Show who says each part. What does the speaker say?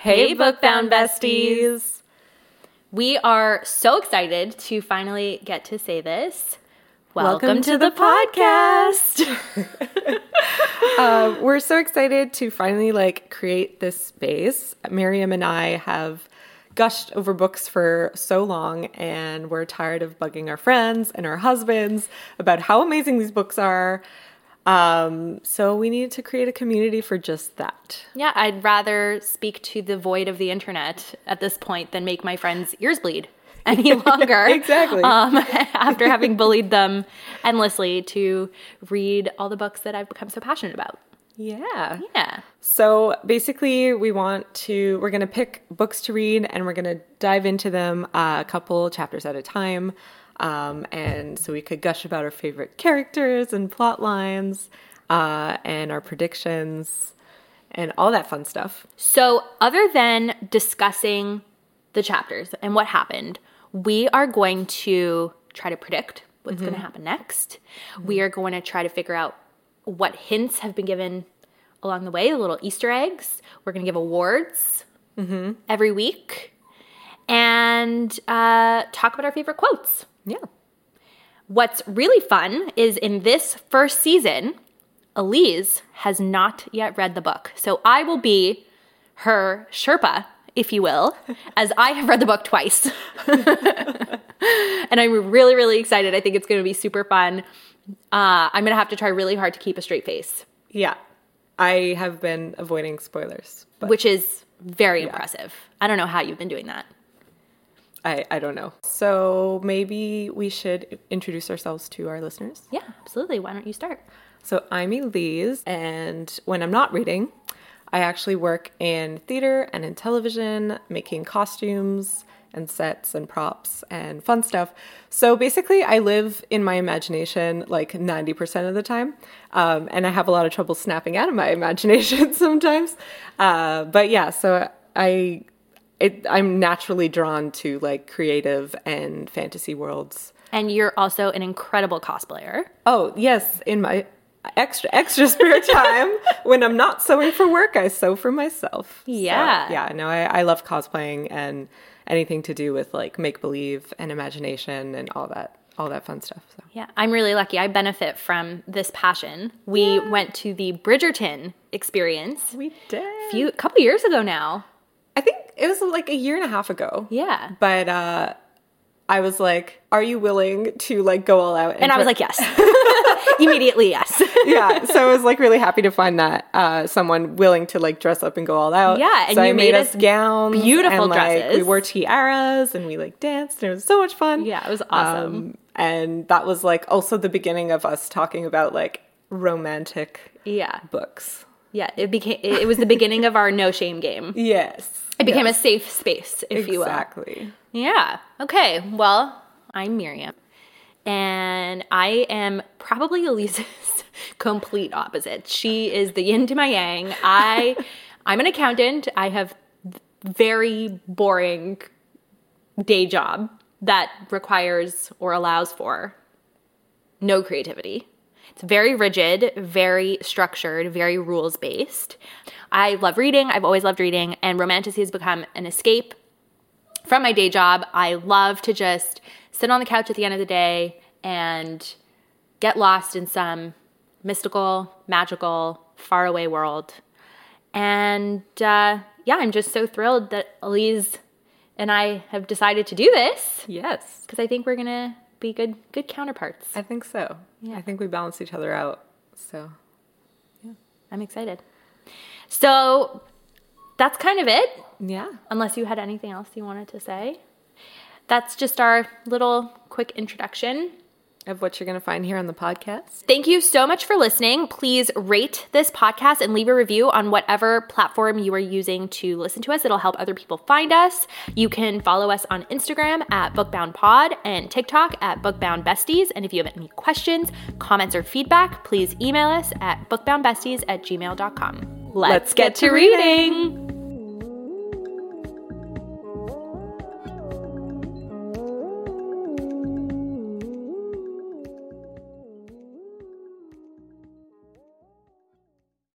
Speaker 1: Hey, Bookbound Besties! We are so excited to finally get to say this. Welcome, to, the, podcast.
Speaker 2: Um, we're so excited to finally like create this space. Miriam and I have gushed over books for so long, and we're tired of bugging our friends and our husbands about how amazing these books are. Um, so we need to create a community for just that.
Speaker 1: yeah, I'd rather speak to the void of the internet at this point than make my friends' ears bleed any longer.
Speaker 2: Exactly.
Speaker 1: Um, after having bullied them endlessly to read all the books that I've become so passionate about.
Speaker 2: Yeah.
Speaker 1: Yeah.
Speaker 2: So basically, we want to, we're going to pick books to read and we're going to dive into them uh, a couple chapters at a time. Um, and so we could gush about our favorite characters and plot lines uh, and our predictions and all that fun stuff.
Speaker 1: So, other than discussing the chapters and what happened, we are going to try to predict what's going to happen next. We are going to try to figure out what hints have been given along the way, the little Easter eggs. We're going to give awards every week and uh, talk about our favorite quotes.
Speaker 2: Yeah.
Speaker 1: What's really fun is in this first season, Elise has not yet read the book. So I will be her Sherpa, if you will, as I have read the book twice. and I'm really, really excited. I think it's going to be super fun. Uh, I'm going to have to try really hard to keep a straight face,
Speaker 2: Yeah. I have been avoiding spoilers, but
Speaker 1: which is very impressive. I don't know how you've been doing that.
Speaker 2: I, I don't know. So maybe we should introduce ourselves to our listeners.
Speaker 1: Yeah, absolutely. Why don't you start?
Speaker 2: So I'm Elise, and when I'm not reading, I actually work in theater and in television, making costumes and sets and props and fun stuff. So basically, I live in my imagination like 90% of the time, um, and I have a lot of trouble snapping out of my imagination sometimes. Uh, but yeah, so I. It, I'm naturally drawn to like creative and fantasy worlds.
Speaker 1: And you're also an incredible cosplayer.
Speaker 2: Oh, yes, in my extra extra spare time when I'm not sewing for work, I sew for myself. So,
Speaker 1: Yeah.
Speaker 2: yeah, no, I, I love cosplaying and anything to do with like make believe and imagination and all that all that fun stuff. So
Speaker 1: Yeah, I'm really lucky. I benefit from this passion. We went to the Bridgerton experience
Speaker 2: we
Speaker 1: a
Speaker 2: did.
Speaker 1: few couple years ago now.
Speaker 2: I think it was like a year and a half ago.
Speaker 1: Yeah.
Speaker 2: But uh I was like, are you willing to like go all out?
Speaker 1: And I was like, yes. Immediately, yes.
Speaker 2: yeah. So I was like really happy to find that uh, someone willing to like dress up and go all out.
Speaker 1: Yeah, and
Speaker 2: so I
Speaker 1: you
Speaker 2: made,
Speaker 1: made
Speaker 2: us
Speaker 1: us
Speaker 2: gowns,
Speaker 1: beautiful
Speaker 2: and, like, We
Speaker 1: dresses.
Speaker 2: wore tiaras and we like danced, and it was so much fun.
Speaker 1: Yeah, it was awesome.
Speaker 2: Um, and that was like also the beginning of us talking about like romantic
Speaker 1: yeah.
Speaker 2: books.
Speaker 1: Yeah, it became it it was the beginning of our no shame game.
Speaker 2: Yes,
Speaker 1: It became a safe space, if
Speaker 2: uh,
Speaker 1: you will.
Speaker 2: exactly.
Speaker 1: Yeah. Okay. Well, I'm Miriam, and I am probably Elise's complete opposite. She is the yin to my yang. I, I'm an accountant. I have very boring day job that requires or allows for no creativity. It's very rigid, very structured, very rules based. I love reading. I've always loved reading, and romanticy has become an escape from my day job. I love to just sit on the couch at the end of the day and get lost in some mystical, magical, faraway world. And uh, yeah, I'm just so thrilled that Elise and I have decided to do this
Speaker 2: Yes,
Speaker 1: because I think we're gonna be good good counterparts.
Speaker 2: I think so. I think we balance each other out. So
Speaker 1: I'm excited. So that's kind of it.
Speaker 2: yeah,
Speaker 1: unless you had anything else you wanted to say. That's just our little quick introduction.
Speaker 2: of what you're gonna find here on the podcast.
Speaker 1: Thank you so much for listening. Please rate this podcast and leave a review on whatever platform you are using to listen to us. It'll help other people find us. You can follow us on Instagram at Bookbound Pod and TikTok at Bookbound Besties. And if you have any questions, comments, or feedback, please email us at bookboundbesties at gmail.com. Let's, Let's get, to reading.